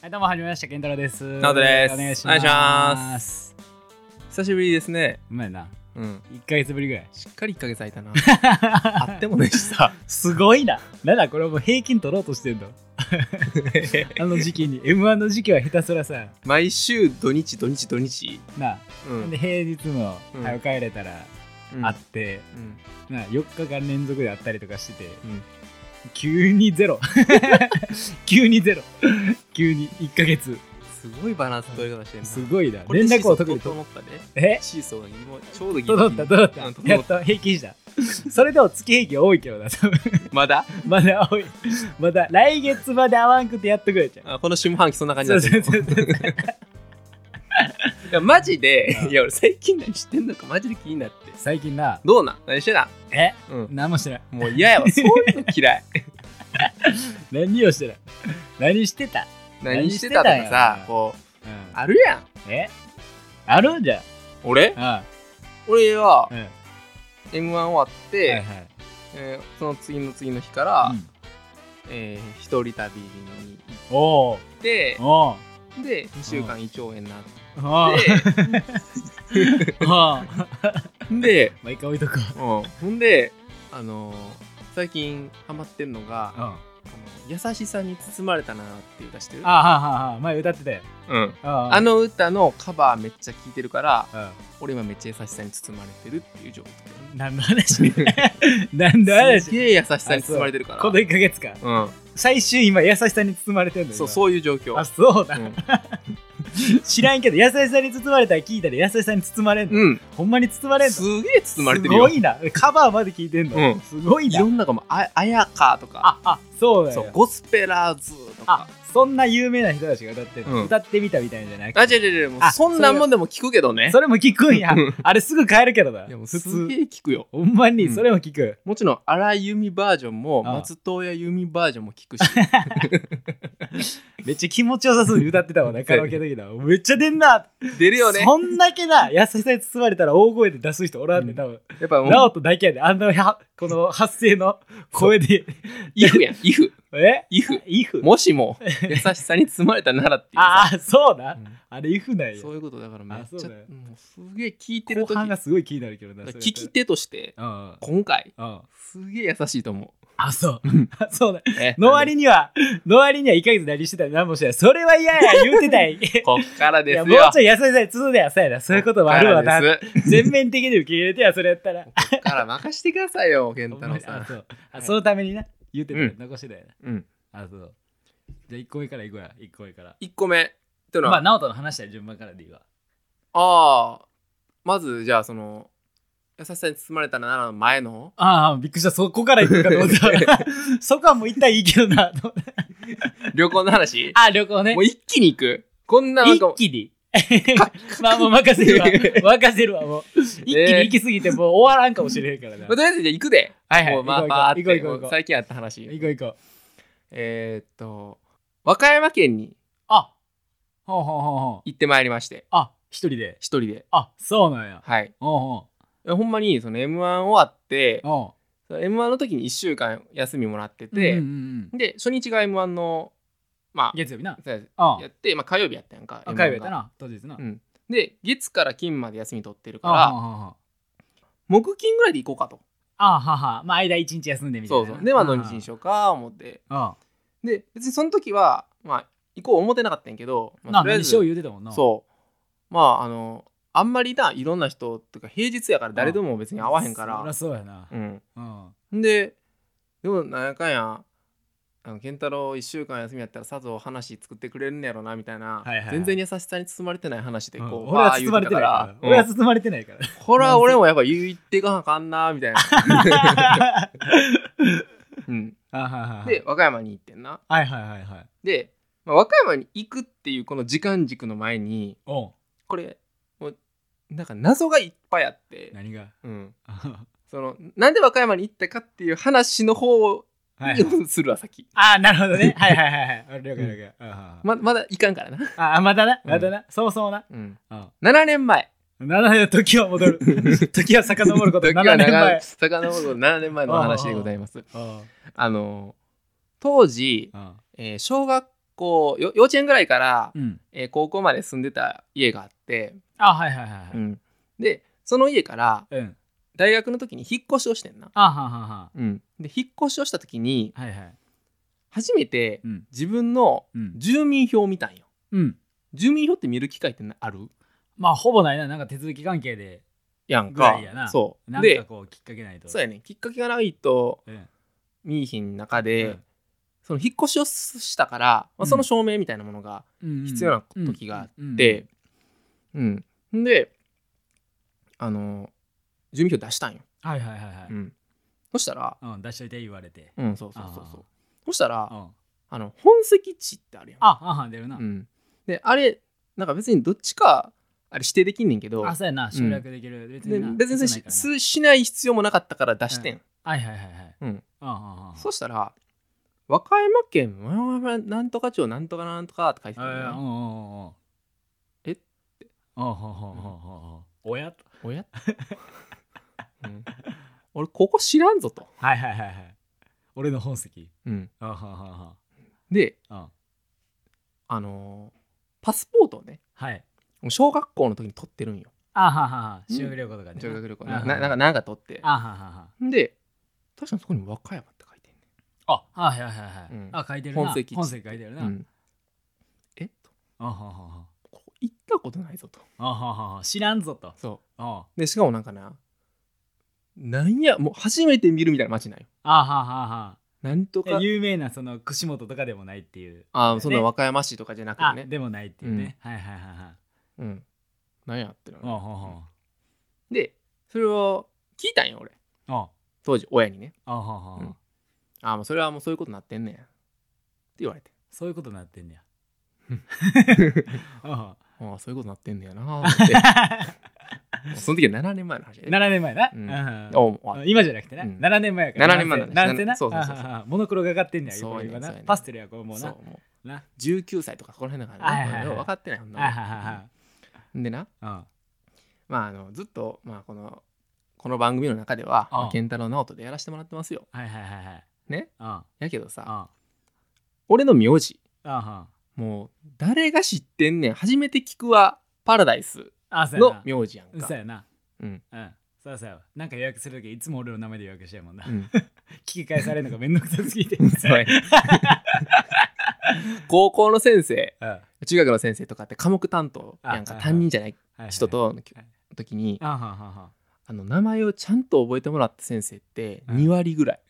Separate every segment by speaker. Speaker 1: はい、どうもはじめまして、健太郎です。
Speaker 2: 直人です
Speaker 1: お願いし
Speaker 2: お
Speaker 1: ま
Speaker 2: 願い
Speaker 1: す。
Speaker 2: します久しぶりですね。
Speaker 1: うまいな。
Speaker 2: うん。
Speaker 1: 1ヶ月ぶりぐらい。
Speaker 2: しっかり1ヶ月空いたな。 あってもねしさ。
Speaker 1: すごいな。なんだ、これもう平均取ろうとしてんの。あの時期 に。M1 の時期は下手すらさ、
Speaker 2: 毎週土日土日土日。
Speaker 1: なあ。
Speaker 2: うん。
Speaker 1: で、平日も
Speaker 2: うん
Speaker 1: 早く帰れたら
Speaker 2: うん
Speaker 1: 会っ。て、
Speaker 2: うん。
Speaker 1: なあ、4日間連続で会ったりとかしてて、
Speaker 2: うん
Speaker 1: 急にゼ ロ。急にゼロ。急に1ヶ月。
Speaker 2: すごいバランス取り方してるな。
Speaker 1: すごいな。
Speaker 2: これ
Speaker 1: 連絡を特に
Speaker 2: シ
Speaker 1: と。
Speaker 2: ーソーと思ったで。
Speaker 1: え
Speaker 2: シーソーにもちょうどギリギリ
Speaker 1: 届った届
Speaker 2: う
Speaker 1: っ
Speaker 2: ん
Speaker 1: たやっと平均したそれでも月平均多いけどな多分
Speaker 2: まだ
Speaker 1: まだ青い。まだ来月まで会わんくてやっとくれちゃう。
Speaker 2: あこの下半期そんな感じ
Speaker 1: そ
Speaker 2: だ
Speaker 1: う
Speaker 2: った
Speaker 1: そうそうそう
Speaker 2: いやマジで
Speaker 1: う、ん
Speaker 2: いや俺最近何してんのかマジで気になって。
Speaker 1: 最近な、
Speaker 2: どうなん何してた
Speaker 1: え
Speaker 2: うん。
Speaker 1: 何もしてない。
Speaker 2: もう嫌やわ。そういうの嫌い。
Speaker 1: 何をしてない。何してた、
Speaker 2: 何してたとかさ、こ
Speaker 1: う
Speaker 2: う、
Speaker 1: ん、
Speaker 2: あるやん。
Speaker 1: えあるんじゃん。
Speaker 2: 俺
Speaker 1: あ
Speaker 2: 俺は
Speaker 1: あ、うん。は
Speaker 2: M1 終わって、
Speaker 1: いはい。
Speaker 2: えーその次の次の日から、
Speaker 1: うん
Speaker 2: えー一人旅に行
Speaker 1: おう
Speaker 2: って
Speaker 1: おう
Speaker 2: で2週間胃腸炎になっ
Speaker 1: おうおう
Speaker 2: て
Speaker 1: ま
Speaker 2: で、
Speaker 1: あ一回置いとくわ。
Speaker 2: うん、ほんであのー最近ハマってんのが
Speaker 1: うん。あ
Speaker 2: あの優しさに包まれたな」っていう歌してる
Speaker 1: あはあはあはあ前歌ってたよ。
Speaker 2: うん、
Speaker 1: あ
Speaker 2: あ、の歌のカバーめっちゃ聴いてるから
Speaker 1: う
Speaker 2: 俺今めっちゃ優しさに包まれてるっていう状況
Speaker 1: ん。何の 話何の
Speaker 2: す
Speaker 1: 話
Speaker 2: げえ優しさに包まれてるから
Speaker 1: この1ヶ月か。
Speaker 2: うん、
Speaker 1: 最終今優しさに包まれてんのよ。
Speaker 2: そう
Speaker 1: 今
Speaker 2: そういう状況
Speaker 1: あ、そうだ。
Speaker 2: うん
Speaker 1: 知らんけど優しさに包まれたら聞いたら優しさに包まれんの、
Speaker 2: うん、
Speaker 1: ほんまに包まれんの
Speaker 2: すげえ包まれてるよ
Speaker 1: すごいなカバーまで聞いてんの、
Speaker 2: うん
Speaker 1: すごい
Speaker 2: い
Speaker 1: な
Speaker 2: ろんなかもああやかとか
Speaker 1: ああそうだ
Speaker 2: そ
Speaker 1: よ
Speaker 2: うゴスペラーズと
Speaker 1: あ
Speaker 2: か
Speaker 1: そんな有名な人たちが歌ってる、
Speaker 2: うん
Speaker 1: 歌ってみたみたいなんじゃなく
Speaker 2: あ
Speaker 1: て
Speaker 2: 違う違う違うもう
Speaker 1: あ
Speaker 2: そんなんもんでも聞くけどね
Speaker 1: それも聞くんや
Speaker 2: うん
Speaker 1: あれすぐ変えるけどない
Speaker 2: やもう
Speaker 1: 普
Speaker 2: す
Speaker 1: 通
Speaker 2: げえ聞くよ
Speaker 1: ほんま
Speaker 2: う
Speaker 1: に
Speaker 2: ん
Speaker 1: それも聞く、
Speaker 2: もちろん荒井由実バージョンも
Speaker 1: ああ
Speaker 2: 松任谷由実バージョンも聞くし
Speaker 1: めっちゃ気持ちよさそうに歌ってたわなカラオケの時だめっちゃ出んな
Speaker 2: 出るよね
Speaker 1: そんだけな優しさに包まれたら大声で出す人おらんね、
Speaker 2: うん
Speaker 1: ん、多分
Speaker 2: やっぱも
Speaker 1: ナ
Speaker 2: う
Speaker 1: オトだけやであんなはこの発声の声で
Speaker 2: イフやんイフ
Speaker 1: え
Speaker 2: イ フ
Speaker 1: イフ
Speaker 2: もしも優しさに包まれたならっていうさ
Speaker 1: ああそうな、
Speaker 2: うん
Speaker 1: あれイフなんや
Speaker 2: そういうことだからめっ
Speaker 1: あ
Speaker 2: ち
Speaker 1: そ
Speaker 2: ゃ
Speaker 1: うだよ
Speaker 2: もうすげえ聞いてる
Speaker 1: 後
Speaker 2: 時
Speaker 1: 半がすごい気になるけどなそれ
Speaker 2: 聞き手として
Speaker 1: うん
Speaker 2: 今回
Speaker 1: うん
Speaker 2: すげえ優しいと思
Speaker 1: あそう
Speaker 2: うん
Speaker 1: あそうだ
Speaker 2: うえ
Speaker 1: の割にはの割には1ヶ月何してたら何もしてないそれは嫌や言うてた い
Speaker 2: こっから
Speaker 1: い
Speaker 2: です
Speaker 1: や
Speaker 2: よ
Speaker 1: もうちょい優しさに包んでやそうやなそういうこともあるわな
Speaker 2: こっからです
Speaker 1: 全面的に受け入れてやそれやったら
Speaker 2: こっから任してくださ いよ健太郎さ
Speaker 1: あ
Speaker 2: ん
Speaker 1: そう
Speaker 2: は
Speaker 1: あ
Speaker 2: い
Speaker 1: そのためにな言うてた
Speaker 2: うん
Speaker 1: 残してたよな
Speaker 2: うん
Speaker 1: あそうじゃあ1個目からいこうや1個目から
Speaker 2: 1個目ってのは、
Speaker 1: まあ直人の話は順番からでいいわ
Speaker 2: ああまずじゃあその優しさに包まれたならの前の
Speaker 1: ああびっくりしたそこから行くかと思った そこはもう一旦いいけどなと思って
Speaker 2: 旅行の話
Speaker 1: あ旅行ね
Speaker 2: もう一気に行くこんななんか
Speaker 1: 一気に まあもう任せ るわ任せるわもう一気に行き過ぎてもう終わらんかもしれへん からな、
Speaker 2: まあとりあえずじゃあ行くで、
Speaker 1: はいはい
Speaker 2: もうまあ
Speaker 1: 行
Speaker 2: バー
Speaker 1: こう
Speaker 2: って
Speaker 1: 行こう行こう行こう
Speaker 2: もう最近あった話
Speaker 1: 行こう行こう
Speaker 2: えー、っと和歌山県に
Speaker 1: あほうほうほうほう
Speaker 2: 行ってまいりまして
Speaker 1: あ一人で
Speaker 2: 一人で
Speaker 1: あそうなんや
Speaker 2: はい
Speaker 1: ほうほ
Speaker 2: えほんまにその m 1終わって
Speaker 1: うほ
Speaker 2: m 1の時に1週間休みもらって
Speaker 1: う
Speaker 2: て、
Speaker 1: うんうんうん
Speaker 2: で初日が m 1のまあ
Speaker 1: 月曜日な
Speaker 2: そうや
Speaker 1: あ
Speaker 2: やって、まあ、火曜日やったやんか
Speaker 1: あ
Speaker 2: M1
Speaker 1: 火
Speaker 2: が
Speaker 1: 曜日やったな当日な
Speaker 2: うん、で月から金まで休み取ってるか
Speaker 1: ああ
Speaker 2: ら
Speaker 1: あ
Speaker 2: 木金ぐらいで行こうかと
Speaker 1: あははまあ間一日休んでみたい
Speaker 2: そ
Speaker 1: な
Speaker 2: うそうでまあ土日にし
Speaker 1: よ
Speaker 2: ようか思って
Speaker 1: うんあ
Speaker 2: で別にその時はまあ行こう思ってなかったんやけど、
Speaker 1: あ
Speaker 2: ま
Speaker 1: な
Speaker 2: あ、とりあえ
Speaker 1: 何
Speaker 2: ず
Speaker 1: しよう言うてたもんなう
Speaker 2: そうまああのあんまりないろんな人とか平日やから誰とも別に会わへんか
Speaker 1: そりゃ
Speaker 2: ら
Speaker 1: そうやな
Speaker 2: うん
Speaker 1: うん
Speaker 2: ででもなんやかんやあの健太郎1週間休みやったらさぞ話作ってくれるんやろなみたいな、
Speaker 1: はいはいはい
Speaker 2: 全然優しさに包まれてない話で
Speaker 1: うん
Speaker 2: こう、
Speaker 1: 俺は包まれてない
Speaker 2: わ
Speaker 1: か
Speaker 2: ー
Speaker 1: ら俺は
Speaker 2: 言うてたからうん
Speaker 1: 包まれてないから
Speaker 2: これは俺もやっぱ言っていかなあかんなみたいな、 うん、
Speaker 1: あははは
Speaker 2: で和歌山に行ってんな
Speaker 1: はいはいはいはい。
Speaker 2: で、まあ、和歌山に行くっていうこの時間軸の前に
Speaker 1: おう
Speaker 2: これもうなんか謎がいっぱいあって、
Speaker 1: 何が
Speaker 2: うん、
Speaker 1: は
Speaker 2: そのなんで和歌山に行ったかっていう話の方
Speaker 1: い。
Speaker 2: に するわ先
Speaker 1: ああ、なるほどね。はいはいはいはい。了解了解。あ
Speaker 2: ままだ行かんからな、
Speaker 1: あ、まだな。
Speaker 2: うん
Speaker 1: まだな。そもそもな。
Speaker 2: うん、
Speaker 1: うん
Speaker 2: 7年前
Speaker 1: 七年時は戻 る。時は遡ること
Speaker 2: 時は
Speaker 1: 7年前。
Speaker 2: さかのぼる7年前の話でございます
Speaker 1: うん
Speaker 2: あの当時、
Speaker 1: うん
Speaker 2: えー小学校よ幼稚園ぐらいから、
Speaker 1: うん。
Speaker 2: えー高校まで住んでた家があって、
Speaker 1: あ、はいはいはいは
Speaker 2: う
Speaker 1: い。
Speaker 2: んでその家から
Speaker 1: うん。
Speaker 2: 大学の時に引っ越しをしてんな、
Speaker 1: あははは
Speaker 2: で引っ越しをした時に
Speaker 1: は。はいはい。
Speaker 2: 初めて
Speaker 1: うん。
Speaker 2: 自分の
Speaker 1: うん。
Speaker 2: 住民票を見たんよ
Speaker 1: うん。
Speaker 2: 住民票って見る機会ってなある
Speaker 1: まあ、ほぼないな。なんか手続き関係で、
Speaker 2: やん
Speaker 1: ぐ
Speaker 2: から
Speaker 1: いやな
Speaker 2: そ
Speaker 1: な
Speaker 2: うん
Speaker 1: か
Speaker 2: で
Speaker 1: こう、きっかけないと。
Speaker 2: そうやねきっかけがないと
Speaker 1: うん。
Speaker 2: 見いひん中で、
Speaker 1: うん
Speaker 2: その引っ越しをしたから、
Speaker 1: う
Speaker 2: まあ、
Speaker 1: ん
Speaker 2: その証明みたいなものが
Speaker 1: うん。
Speaker 2: 必要な時があっ
Speaker 1: うん、
Speaker 2: で、うん、で、あの、住民票出したんよ。
Speaker 1: うんはいはいはいはい。
Speaker 2: うん、そしたら、
Speaker 1: うん、出しといて言われて。
Speaker 2: うん、そうそうそうそ
Speaker 1: あー
Speaker 2: う。そしたら、
Speaker 1: うん。
Speaker 2: あ
Speaker 1: あ、
Speaker 2: の、本籍地ってあるやん。
Speaker 1: あはん出るな
Speaker 2: う。ん、で、あれ、なんか別にどっちか、あれ指定できんねんけど、
Speaker 1: あ、そうやな。省略できる。別
Speaker 2: で
Speaker 1: な
Speaker 2: 別に
Speaker 1: そう
Speaker 2: し
Speaker 1: ないからな
Speaker 2: すしない必要もなかったから出してん。
Speaker 1: はいはいはいはい。
Speaker 2: うん。
Speaker 1: あああ
Speaker 2: そしたら、和歌山県、わやわやわやなんとか町、なんとかなんとかって書いてたんだ
Speaker 1: あ
Speaker 2: よ
Speaker 1: あ
Speaker 2: な
Speaker 1: うんうんうんうん。
Speaker 2: えって
Speaker 1: ああああああああ親と。
Speaker 2: お や、うん、俺、ここ知らんぞと。
Speaker 1: はいはいはいはい。俺の本籍。
Speaker 2: うん、
Speaker 1: あああ
Speaker 2: で、
Speaker 1: あああうん
Speaker 2: あのーパスポートをね
Speaker 1: はい。
Speaker 2: もう小学校の時に取ってるんよ
Speaker 1: ああははは。修学旅行とかね。
Speaker 2: 修学旅行
Speaker 1: あは
Speaker 2: な
Speaker 1: は
Speaker 2: ななんかなんか取って
Speaker 1: ああははは。
Speaker 2: で確かにそこに和歌山って書いて
Speaker 1: あはいはいはいはい。
Speaker 2: うん
Speaker 1: あ書いてるな。
Speaker 2: 本籍地
Speaker 1: 本籍書いてるな。
Speaker 2: んねん、うん、えっと
Speaker 1: ああははは。
Speaker 2: ここ行ったことないぞと
Speaker 1: ああははは。知らんぞと。
Speaker 2: そ
Speaker 1: あ
Speaker 2: うでしかもなんかななんやもう初めて見るみたいな街なんよ
Speaker 1: ああはは
Speaker 2: なんと
Speaker 1: は
Speaker 2: か
Speaker 1: は。有名なその串本とかでもないっていう。
Speaker 2: あーそんな和歌山市とかじゃなく
Speaker 1: あ
Speaker 2: てね
Speaker 1: でもないっていうね。はいはいはいはい。
Speaker 2: うんなんやってる
Speaker 1: ああ
Speaker 2: の
Speaker 1: はは。
Speaker 2: でそれを聞いたんよ俺
Speaker 1: あ
Speaker 2: 当時親にね
Speaker 1: あはは
Speaker 2: う
Speaker 1: は
Speaker 2: ん。ああもうそれはもうそういうことなってんねんって言われて
Speaker 1: そういうことになってんねや。あ
Speaker 2: ああそういうことなってんねやな ーって
Speaker 1: あ
Speaker 2: もうその時は7年前の話やね。
Speaker 1: 7年前な。
Speaker 2: う
Speaker 1: う
Speaker 2: ん
Speaker 1: ん
Speaker 2: おうあ
Speaker 1: 今じゃなくてな、
Speaker 2: うん
Speaker 1: 7年前やから
Speaker 2: 7年前なんです
Speaker 1: なんてな
Speaker 2: そうそうそうそう
Speaker 1: ああああモノクロがかってんねや
Speaker 2: そうやねん
Speaker 1: 今
Speaker 2: そ
Speaker 1: な
Speaker 2: うやねん
Speaker 1: パステルやこうもう
Speaker 2: そ
Speaker 1: な
Speaker 2: うも
Speaker 1: な
Speaker 2: う19歳とかそこら辺だか
Speaker 1: はいはいは
Speaker 2: ら
Speaker 1: い
Speaker 2: ねよう分かってないほんなもん
Speaker 1: あはは
Speaker 2: でな、
Speaker 1: は
Speaker 2: まあ、あのずっと、まあ、このこの番組の中では、
Speaker 1: あ
Speaker 2: まあ、健太郎直人でやらせてもらってますよ。
Speaker 1: うんはいはいはいはい
Speaker 2: ね
Speaker 1: うんうん
Speaker 2: やけどさ
Speaker 1: あ
Speaker 2: 俺の名字
Speaker 1: あ
Speaker 2: もう誰が知ってんねん初めて聞くはパラダイス
Speaker 1: あそうや
Speaker 2: の
Speaker 1: な
Speaker 2: 名字やん
Speaker 1: そう
Speaker 2: か。
Speaker 1: やな
Speaker 2: うん
Speaker 1: うんそうそうやわなんか予約するときいつも俺の名前で予約してやもんな、
Speaker 2: う
Speaker 1: 聞
Speaker 2: ん、
Speaker 1: き返されるのがめんどくさすぎて
Speaker 2: そ うやね高校の先生
Speaker 1: うんはい
Speaker 2: 中学の先生とかって科目担当やん
Speaker 1: あ
Speaker 2: か
Speaker 1: はいはい
Speaker 2: 担任じゃない
Speaker 1: はい
Speaker 2: 人との
Speaker 1: はい
Speaker 2: 時に
Speaker 1: あははは
Speaker 2: あの名前をちゃんと覚えてもらった先生って
Speaker 1: うん
Speaker 2: 2割ぐらい、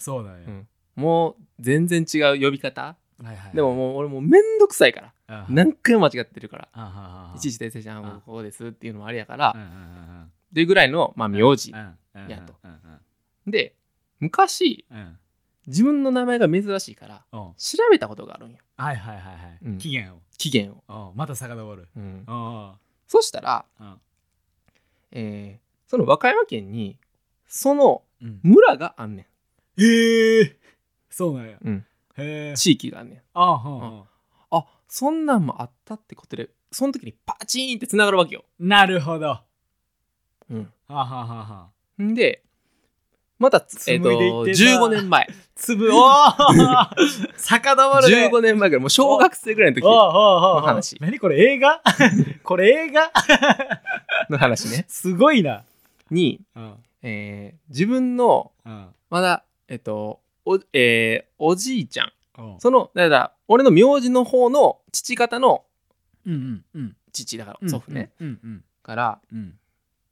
Speaker 1: そうなんや、
Speaker 2: うんもう全然違う呼び方
Speaker 1: はいはい
Speaker 2: でももう俺もうめんどくさいから
Speaker 1: うん
Speaker 2: 何回も間違ってるから
Speaker 1: あはははい
Speaker 2: ちいち訂正じゃん
Speaker 1: うん
Speaker 2: ここですっていうのもあれやから
Speaker 1: うんうんうん
Speaker 2: っていうぐらいのまあ名字
Speaker 1: うん
Speaker 2: やと
Speaker 1: うんうん
Speaker 2: で昔
Speaker 1: うんうん
Speaker 2: 自分の名前が珍しいから
Speaker 1: うん
Speaker 2: 調べたことがあるんよ
Speaker 1: はいはいはいはい、
Speaker 2: うん
Speaker 1: 期限を
Speaker 2: 期限を、
Speaker 1: うんまた遡る
Speaker 2: うん
Speaker 1: あ
Speaker 2: そしたら、
Speaker 1: あ
Speaker 2: えーその和歌山県にその
Speaker 1: うん
Speaker 2: 村があんね
Speaker 1: へえそうなんや、
Speaker 2: うん
Speaker 1: へえ
Speaker 2: ん地域があんねん
Speaker 1: ああほうほ
Speaker 2: あそんなんもあったってことでその時にパチーンってつながるわけよ、
Speaker 1: うなるほどは
Speaker 2: うん、
Speaker 1: あはあはあはあ
Speaker 2: んで、またつ、えっ、
Speaker 1: 紡いで
Speaker 2: と、
Speaker 1: いってんな
Speaker 2: 15 年前。
Speaker 1: 粒お ー遡るね
Speaker 2: 15年前ぐらい、もう小学生ぐらいの時
Speaker 1: おうおうおうおう
Speaker 2: の話
Speaker 1: 何これ映画 これ映画
Speaker 2: の話ね。
Speaker 1: すごいな
Speaker 2: に、
Speaker 1: うん
Speaker 2: えー自分の、
Speaker 1: うん
Speaker 2: まだ、えっ、と、お、えーおじいちゃん。
Speaker 1: うん
Speaker 2: その、だから、俺の名字の方の父方の
Speaker 1: うんうん
Speaker 2: 父だか
Speaker 1: う
Speaker 2: ら、
Speaker 1: ん
Speaker 2: 祖父ね。
Speaker 1: うんうん
Speaker 2: から、
Speaker 1: うん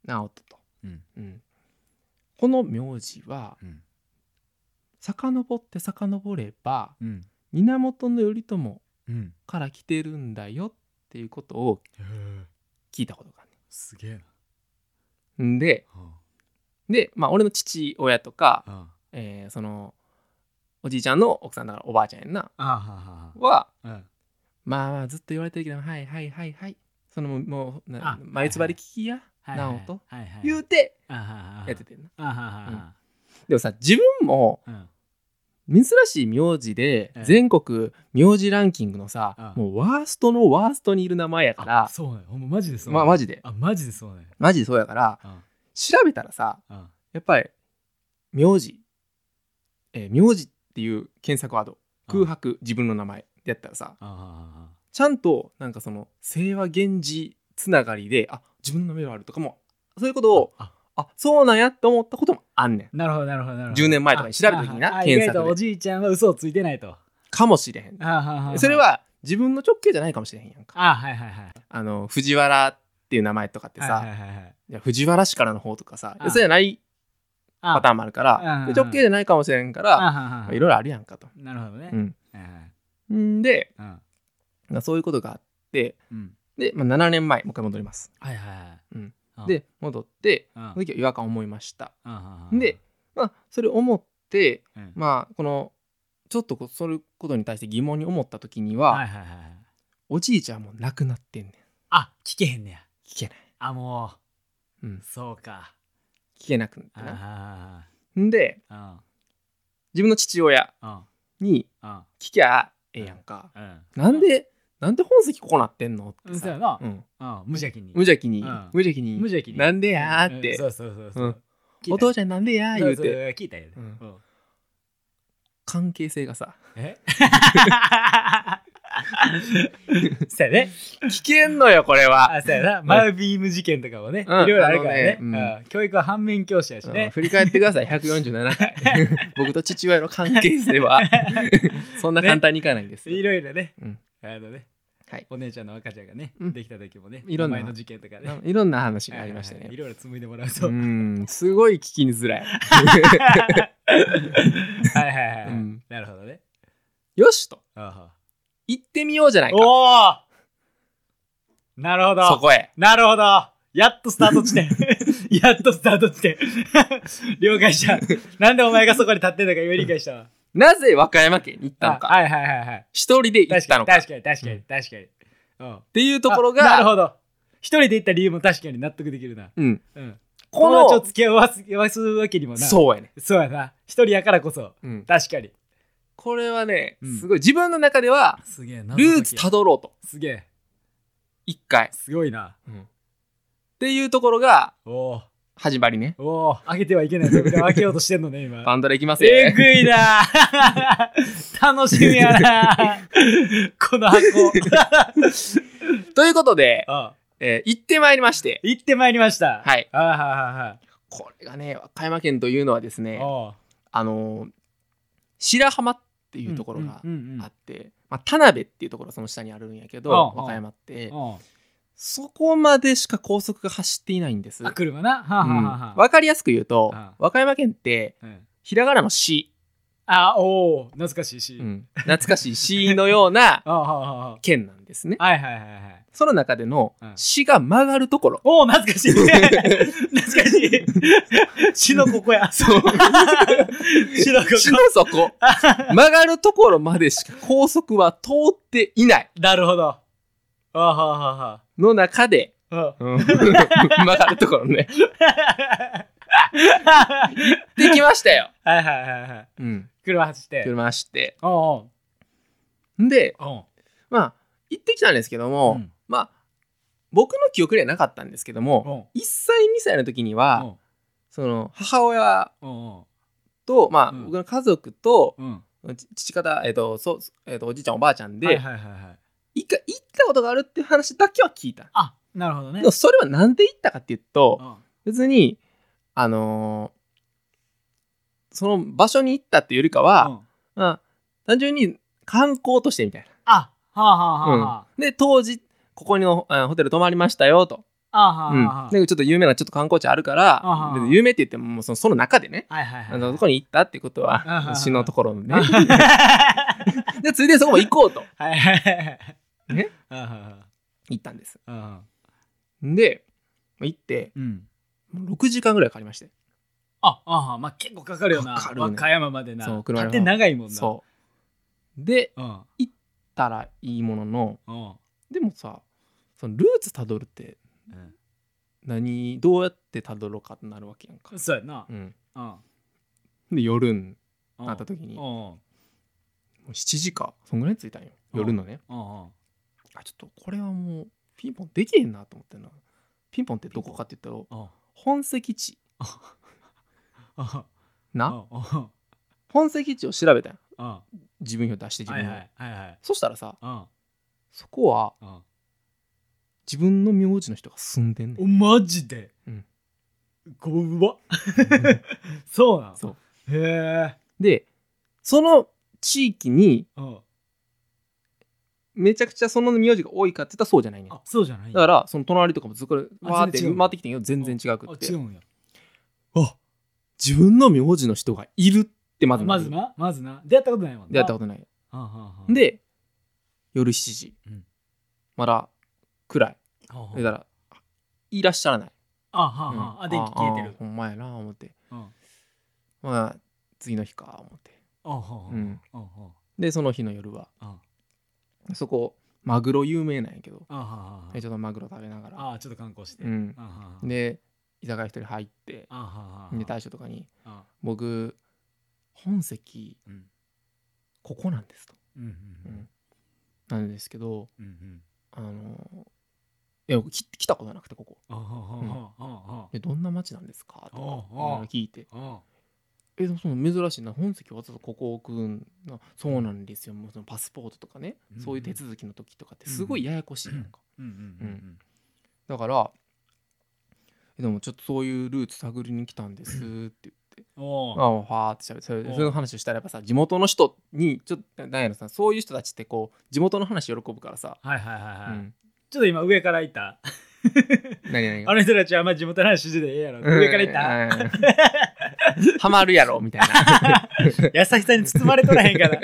Speaker 2: 直人と。
Speaker 1: うん
Speaker 2: うんこの名字は、
Speaker 1: うん
Speaker 2: 遡って遡れば、
Speaker 1: うん
Speaker 2: 源頼朝
Speaker 1: うん
Speaker 2: から来てるんだよっていうことを
Speaker 1: へえ
Speaker 2: 聞いたことがある
Speaker 1: すげえな
Speaker 2: ねんで、で、まあ、俺の父親とか、
Speaker 1: ああ
Speaker 2: えーそのおじいちゃんの奥さんだからおばあちゃんやんな
Speaker 1: ああはあは
Speaker 2: は
Speaker 1: あうん
Speaker 2: まあまあずっと言われてるけどはいはいはいはいそのもうもう
Speaker 1: あ
Speaker 2: な眉唾で聞きや
Speaker 1: はいはい
Speaker 2: 直人
Speaker 1: はいはい
Speaker 2: 言うて
Speaker 1: あははは
Speaker 2: やっててんな
Speaker 1: あはは
Speaker 2: でもさ自分も
Speaker 1: はうん
Speaker 2: 珍しい名字で
Speaker 1: ええ
Speaker 2: 全国名字ランキングのさ
Speaker 1: あ
Speaker 2: もうワーストのワーストにいる名前やか
Speaker 1: あ
Speaker 2: ら
Speaker 1: そうねほんまマジでそうね
Speaker 2: まあマジで
Speaker 1: あマジでそうね
Speaker 2: マジでそうやから
Speaker 1: うん
Speaker 2: 調べたらさ
Speaker 1: うん
Speaker 2: やっぱり名字、えー名字っていう検索ワード空白自分の名前ってやったらさ
Speaker 1: あ
Speaker 2: ちゃんとなんかその清和源氏つながりであ自分の名はあるとかもそういうことを
Speaker 1: あ
Speaker 2: あそうなんやって思ったこともあんねん
Speaker 1: なるほどなるほどなるほど
Speaker 2: 10年前とかに調べた時にな
Speaker 1: あああ
Speaker 2: 検
Speaker 1: 意外
Speaker 2: 索
Speaker 1: と
Speaker 2: で
Speaker 1: おじいちゃんは嘘をついてないと
Speaker 2: かもしれへん
Speaker 1: ああああ
Speaker 2: それは自分の直系じゃないかもしれへんやんか
Speaker 1: ああはいはいはい
Speaker 2: あの藤原っていう名前とかってさ、
Speaker 1: はいはいはいはい
Speaker 2: いや藤原氏からの方とかさ
Speaker 1: あ
Speaker 2: そうじゃない
Speaker 1: あ
Speaker 2: パターンもあるから
Speaker 1: あ
Speaker 2: で直系じゃないかもしれんから
Speaker 1: ああ
Speaker 2: いろいろあるやんかと。
Speaker 1: なるほどね
Speaker 2: うん
Speaker 1: はいはい
Speaker 2: んで
Speaker 1: うん
Speaker 2: まあそういうことがあって
Speaker 1: うん
Speaker 2: で、まあ、7年前もう一回戻ります。
Speaker 1: はいはいはい
Speaker 2: うん
Speaker 1: うん
Speaker 2: で戻って
Speaker 1: うん
Speaker 2: その時は違和感を思いました。
Speaker 1: うんうん
Speaker 2: で、まあ、それを思って
Speaker 1: うん
Speaker 2: まあこのちょっとこうそういうことに対して疑問に思った時には、
Speaker 1: はいはいはいはい
Speaker 2: おじいちゃんもう亡くなってんねん。
Speaker 1: あ聞けへんねや
Speaker 2: 聞けない。
Speaker 1: あも
Speaker 2: う、
Speaker 1: うんそうか
Speaker 2: 聞けなくなってな。
Speaker 1: あ
Speaker 2: んで
Speaker 1: ああ
Speaker 2: 自分の父親
Speaker 1: あうん
Speaker 2: に
Speaker 1: うん
Speaker 2: 聞きゃええやんか。
Speaker 1: うん
Speaker 2: なんでなんで本籍こうなってんのっ
Speaker 1: う
Speaker 2: て
Speaker 1: んそうやな
Speaker 2: さ、うん、
Speaker 1: うん無邪気に
Speaker 2: 無邪気に、
Speaker 1: うん
Speaker 2: 無邪気に
Speaker 1: 無邪気に
Speaker 2: なんでやーっ
Speaker 1: うん
Speaker 2: て
Speaker 1: そ、うそうそうそううん
Speaker 2: お父
Speaker 1: ち
Speaker 2: ちゃんなんでやー言うて
Speaker 1: 聞いたよね
Speaker 2: うん
Speaker 1: うん
Speaker 2: 関係性がさ
Speaker 1: えそうやね
Speaker 2: 聞けんのよこれは、
Speaker 1: あそうやなマウビーム事件とかもねい
Speaker 2: うん
Speaker 1: ろいろあるからね
Speaker 2: あのねうん
Speaker 1: うん教育は反面教師やし
Speaker 2: うん
Speaker 1: ね
Speaker 2: 振り返ってください147回 僕と父親の関係性はそんな簡単にいかないんですよ、
Speaker 1: いろいろね
Speaker 2: うん
Speaker 1: あのね
Speaker 2: はい
Speaker 1: お姉ちゃんの赤ちゃんがね
Speaker 2: うん
Speaker 1: できた時もね
Speaker 2: いろんな
Speaker 1: 名前の事件とかね
Speaker 2: いろんな話がありました
Speaker 1: はいはいはいい
Speaker 2: ね
Speaker 1: ろいろ紡いでもらう
Speaker 2: う
Speaker 1: と
Speaker 2: んすごい聞きにづらい
Speaker 1: はいはいはい、
Speaker 2: うん
Speaker 1: なるほどね。
Speaker 2: よしと
Speaker 1: あ
Speaker 2: 行ってみようじゃない
Speaker 1: お
Speaker 2: か
Speaker 1: おなるほ
Speaker 2: そ
Speaker 1: ど。
Speaker 2: こへ
Speaker 1: なるほど。やっとスタート地 点。やっとスタート地点。 了解した。なんでお前がそこに立ってんのか今理解したわ。
Speaker 2: なぜ和歌山県に行ったの
Speaker 1: あ
Speaker 2: か
Speaker 1: はいはいはいはい。
Speaker 2: 一人で行っ
Speaker 1: 確
Speaker 2: た
Speaker 1: かに
Speaker 2: のかっ
Speaker 1: 確かに確かに確かに。うん、
Speaker 2: ていうところ
Speaker 1: あなる
Speaker 2: が
Speaker 1: ほど。一人で行った理由も確かに納得できるな。
Speaker 2: うん
Speaker 1: うん、
Speaker 2: こ
Speaker 1: 友達を
Speaker 2: の
Speaker 1: 付き合わす合わすわけにもな。う。
Speaker 2: そうやね、
Speaker 1: そうやな。一人やからこそ。
Speaker 2: うん、
Speaker 1: 確かに。
Speaker 2: これはね、
Speaker 1: うん
Speaker 2: すごい自分の中では
Speaker 1: すげえな
Speaker 2: ルーツたどろうと
Speaker 1: すげえ。
Speaker 2: 一回、
Speaker 1: すごいな。
Speaker 2: っていうところが
Speaker 1: おお。
Speaker 2: 始まりね
Speaker 1: おお、開けてはいけない扉を開けようとしてんのね、今。
Speaker 2: バンドでいきますよ、
Speaker 1: えぐい なあ楽しみやなあこ の箱。
Speaker 2: ということで、
Speaker 1: あ
Speaker 2: えー行ってまいりまして
Speaker 1: 行ってまいりました。
Speaker 2: はい
Speaker 1: あはいは
Speaker 2: これがね和歌山県というのはです
Speaker 1: いはい。
Speaker 2: ね
Speaker 1: おう
Speaker 2: あのー白浜っていうところが
Speaker 1: うんうんうんうん
Speaker 2: あって、まあ、田辺っていうところがその下にあるんやけど
Speaker 1: ああ
Speaker 2: 和歌山って
Speaker 1: おう
Speaker 2: そこまでしか高速が走っていないんです
Speaker 1: あ、車な。はあ、
Speaker 2: うん
Speaker 1: はあはあ
Speaker 2: わかりやすく言うと
Speaker 1: ああ
Speaker 2: 和歌山県って
Speaker 1: うん
Speaker 2: ひらがなの「し
Speaker 1: あ、おお、懐かしい」し。
Speaker 2: うん懐かしい「し」のよ うな
Speaker 1: あはあはあは
Speaker 2: 県なんですね
Speaker 1: あ。はいはいはいはい。
Speaker 2: その中での
Speaker 1: うん
Speaker 2: 詩が曲がる ところ。
Speaker 1: おお、懐か しい。懐かしい。死のここや。
Speaker 2: そう。
Speaker 1: 死のこ
Speaker 2: 詩
Speaker 1: こ。
Speaker 2: の底。曲がるところまでしか高速は通っていない。
Speaker 1: なるほど。あはあはあは
Speaker 2: の中で、
Speaker 1: あ。うん
Speaker 2: 曲がるところね。できましたよ。
Speaker 1: はいはいはいはい。
Speaker 2: うん。
Speaker 1: 車走って。
Speaker 2: 車走って。
Speaker 1: おう
Speaker 2: んで、
Speaker 1: おうお
Speaker 2: まあ、行ってきたんですけど
Speaker 1: う
Speaker 2: も、
Speaker 1: うん
Speaker 2: まあ、僕の記憶ではなかったんですけど
Speaker 1: お
Speaker 2: も、
Speaker 1: う
Speaker 2: 1歳、2歳の時には、
Speaker 1: お
Speaker 2: その、母親
Speaker 1: うお
Speaker 2: と、まあ、
Speaker 1: うん
Speaker 2: 僕の家族と、
Speaker 1: ううん
Speaker 2: ち父方、えっ、と、そう、えっ、と、おじいちゃん、おばあちゃんで、
Speaker 1: はいはいはいはい。
Speaker 2: 一回行ったことがあるっていう話だけは聞いた。
Speaker 1: あなるほどね
Speaker 2: でも。それはなんで行ったかっていうと、
Speaker 1: うん
Speaker 2: 別に、あのーその場所に行ったっていうよりかは、
Speaker 1: うん
Speaker 2: まあ、単純に観光としてみたい
Speaker 1: あはあはあ
Speaker 2: な。
Speaker 1: はあは
Speaker 2: うん、で、当時、ここのあホテル泊まりましたよと。
Speaker 1: あ。あはあは
Speaker 2: う
Speaker 1: あ
Speaker 2: ん、
Speaker 1: はあ。
Speaker 2: で、ちょっと有名なちょっと観光地あるから
Speaker 1: あは、あ
Speaker 2: 別に有名って言っても、もうそのその中でね、
Speaker 1: はいはいはい。
Speaker 2: あのそこに行ったってこと
Speaker 1: あ はあは
Speaker 2: は、
Speaker 1: あ
Speaker 2: 詩のところのね。
Speaker 1: は
Speaker 2: で、ついでそこも行こうと
Speaker 1: いはい はい。
Speaker 2: ね
Speaker 1: あはあは
Speaker 2: 行ったんです。
Speaker 1: あうん
Speaker 2: で、行って、
Speaker 1: うん。
Speaker 2: もう6時間ぐらいかかりまして。
Speaker 1: ああはあまあ結構かかるよな。
Speaker 2: かかるね
Speaker 1: 和歌山までな。
Speaker 2: そう車の
Speaker 1: 縦長いもんな。
Speaker 2: そう。で、
Speaker 1: う。うん。
Speaker 2: たらいいものの、
Speaker 1: うん。
Speaker 2: でもさ、そのルーツたどるって何、どうやってたどろうかってなるわけやんか
Speaker 1: うん。。そうやな
Speaker 2: う。ん。
Speaker 1: うん。
Speaker 2: で、夜に
Speaker 1: うん
Speaker 2: なった時
Speaker 1: う
Speaker 2: に、
Speaker 1: ん
Speaker 2: も
Speaker 1: うん
Speaker 2: う7時か、そんぐらいに着いたんよ。夜のね。
Speaker 1: うんうん。
Speaker 2: あ、ちょっとこれはもう、ピンポンできへんなと思ってな。ピンポンってどこかって言ったら、
Speaker 1: うん
Speaker 2: 本籍地。
Speaker 1: うん
Speaker 2: な、
Speaker 1: うんうん
Speaker 2: 本籍地を調べたんよ
Speaker 1: うん
Speaker 2: 自分票出して自
Speaker 1: は
Speaker 2: 分
Speaker 1: い
Speaker 2: 票、
Speaker 1: はいはいはい
Speaker 2: そしたらさ
Speaker 1: うん
Speaker 2: そこは
Speaker 1: うん
Speaker 2: 自分の名字の人が住んでんねん
Speaker 1: おマジで
Speaker 2: うん
Speaker 1: 怖っそうなの
Speaker 2: そう
Speaker 1: へえ
Speaker 2: でその地域に
Speaker 1: うん
Speaker 2: めちゃくちゃその名字が多いかって言ったらそうじゃないねん
Speaker 1: あそうじゃない
Speaker 2: だからその隣とかもずっと
Speaker 1: あ
Speaker 2: わーって
Speaker 1: 全然違う
Speaker 2: 回ってきてんよ全然違く
Speaker 1: あ
Speaker 2: っ
Speaker 1: 違
Speaker 2: て
Speaker 1: うんや
Speaker 2: あ自分の名字の人がいるってまず
Speaker 1: まずなまずな出会ったことないもんな
Speaker 2: 出会ったことない
Speaker 1: はんはんはん
Speaker 2: で夜7時、
Speaker 1: うん
Speaker 2: まだ暗い
Speaker 1: はんはん
Speaker 2: だからいらっしゃらない、
Speaker 1: あはんはん
Speaker 2: うん
Speaker 1: あ電気消えてる
Speaker 2: あほんまやな思って
Speaker 1: うん
Speaker 2: まあ次の日か思って、
Speaker 1: あはんはん
Speaker 2: うん
Speaker 1: あはんはん
Speaker 2: でその日の夜は
Speaker 1: あはん
Speaker 2: そこマグロ有名なんやけど
Speaker 1: あはんはんはん
Speaker 2: ちょっとマグロ食べながら、
Speaker 1: あーちょっと観光して
Speaker 2: うん
Speaker 1: あはんはんはん
Speaker 2: で居酒屋一人入って
Speaker 1: あはんはんはん
Speaker 2: で大将とかに
Speaker 1: あ
Speaker 2: 「僕本籍
Speaker 1: うん
Speaker 2: ここなんです」と、
Speaker 1: うんうん
Speaker 2: うんなんですけど
Speaker 1: うんうん
Speaker 2: あのいやき来たことなくてここ
Speaker 1: あはんはんはんはんはん
Speaker 2: でどんな町なんですか?」とか
Speaker 1: ああ
Speaker 2: あの聞いて
Speaker 1: あ
Speaker 2: えでもその珍しいな本籍わざわざここ置くんなそうなんですよもうそのパスポートとかね、
Speaker 1: うん
Speaker 2: そういう手続きの時とかってすごいややこしいやんか、
Speaker 1: うんうんうん
Speaker 2: だからえでもちょっとそういうルーツ探りに来たんですって言って、
Speaker 1: うんお
Speaker 2: ああファーってしゃべってそれ
Speaker 1: うん
Speaker 2: その話をしたらやっぱさ地元の人にちょっとなんやろさそういう人たちってこう地元の話喜ぶからさ、
Speaker 1: はいはいはいは
Speaker 2: う
Speaker 1: い、
Speaker 2: ん、
Speaker 1: ちょっと今上からいた
Speaker 2: 何々
Speaker 1: あの人たちはあんま地元の話しててええやろ上からいた
Speaker 2: たハマるやろみたいな
Speaker 1: 優しさに包まれとらへん から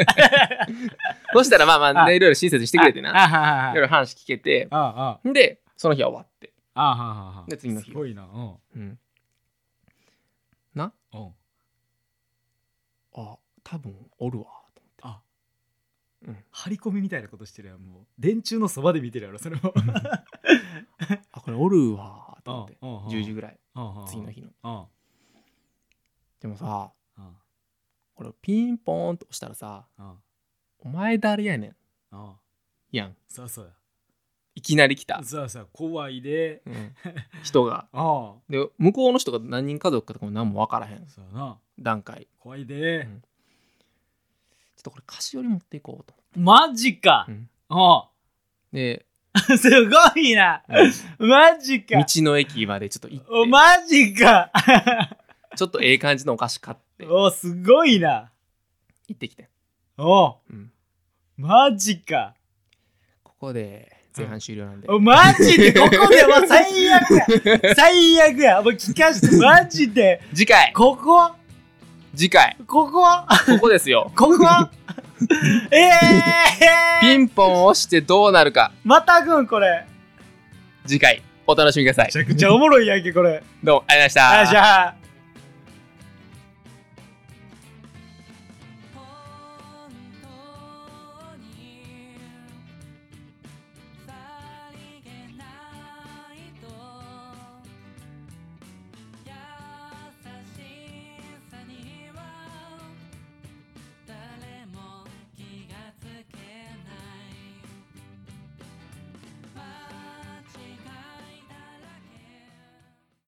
Speaker 2: そしたらまあまあ、ね、
Speaker 1: あ
Speaker 2: いろいろ親切にしてくれて な
Speaker 1: あはいいは
Speaker 2: ろい
Speaker 1: い
Speaker 2: ろ話聞けて
Speaker 1: あああ
Speaker 2: でその日は終わって
Speaker 1: ああははは
Speaker 2: で次の日
Speaker 1: すごいなうん
Speaker 2: うん。な
Speaker 1: うん
Speaker 2: あ、多分おるわ。
Speaker 1: あ
Speaker 2: うん
Speaker 1: 張り込みみたいなことしてるやんもう電柱のそばで見てるやろそれも
Speaker 2: あ、これおるわ。と思って。10
Speaker 1: 10
Speaker 2: 時ぐらい、次の日の。
Speaker 1: あ
Speaker 2: でもさ、
Speaker 1: あ
Speaker 2: これピンポーンと押したらさ、
Speaker 1: あ
Speaker 2: お前誰やねん。
Speaker 1: あ
Speaker 2: やん。
Speaker 1: そうそう
Speaker 2: いきなり来た。
Speaker 1: そうそう怖いで
Speaker 2: うん人が。
Speaker 1: あ
Speaker 2: で、向こうの人が何人家族かとかも何も分からへ
Speaker 1: あ
Speaker 2: ん。
Speaker 1: そうやな
Speaker 2: 段階。
Speaker 1: 怖いで
Speaker 2: うんちょっとこれ菓子折り持っていこうと思って。
Speaker 1: マジか
Speaker 2: うん
Speaker 1: あ
Speaker 2: で、
Speaker 1: あ すごいな
Speaker 2: うん
Speaker 1: マジ
Speaker 2: 道
Speaker 1: か
Speaker 2: の駅までちょっと行
Speaker 1: お
Speaker 2: っ
Speaker 1: マジか
Speaker 2: て、ちょっとええ感じのお菓子買って、行
Speaker 1: おすごいな
Speaker 2: ってきてん。
Speaker 1: お
Speaker 2: うん
Speaker 1: マジか
Speaker 2: ここで前半終了なんで。
Speaker 1: おマジでここでもう最悪や最悪やもう聞かしてマジで
Speaker 2: 次回
Speaker 1: ここ
Speaker 2: 次回
Speaker 1: ここは
Speaker 2: ここですよ
Speaker 1: ここはええ
Speaker 2: ピンポンを押してどうなるか
Speaker 1: またぐんこれ
Speaker 2: 次回お楽しみください
Speaker 1: めちゃくちゃおもろいやんけこれ
Speaker 2: どうもありがとうございました
Speaker 1: あじゃあ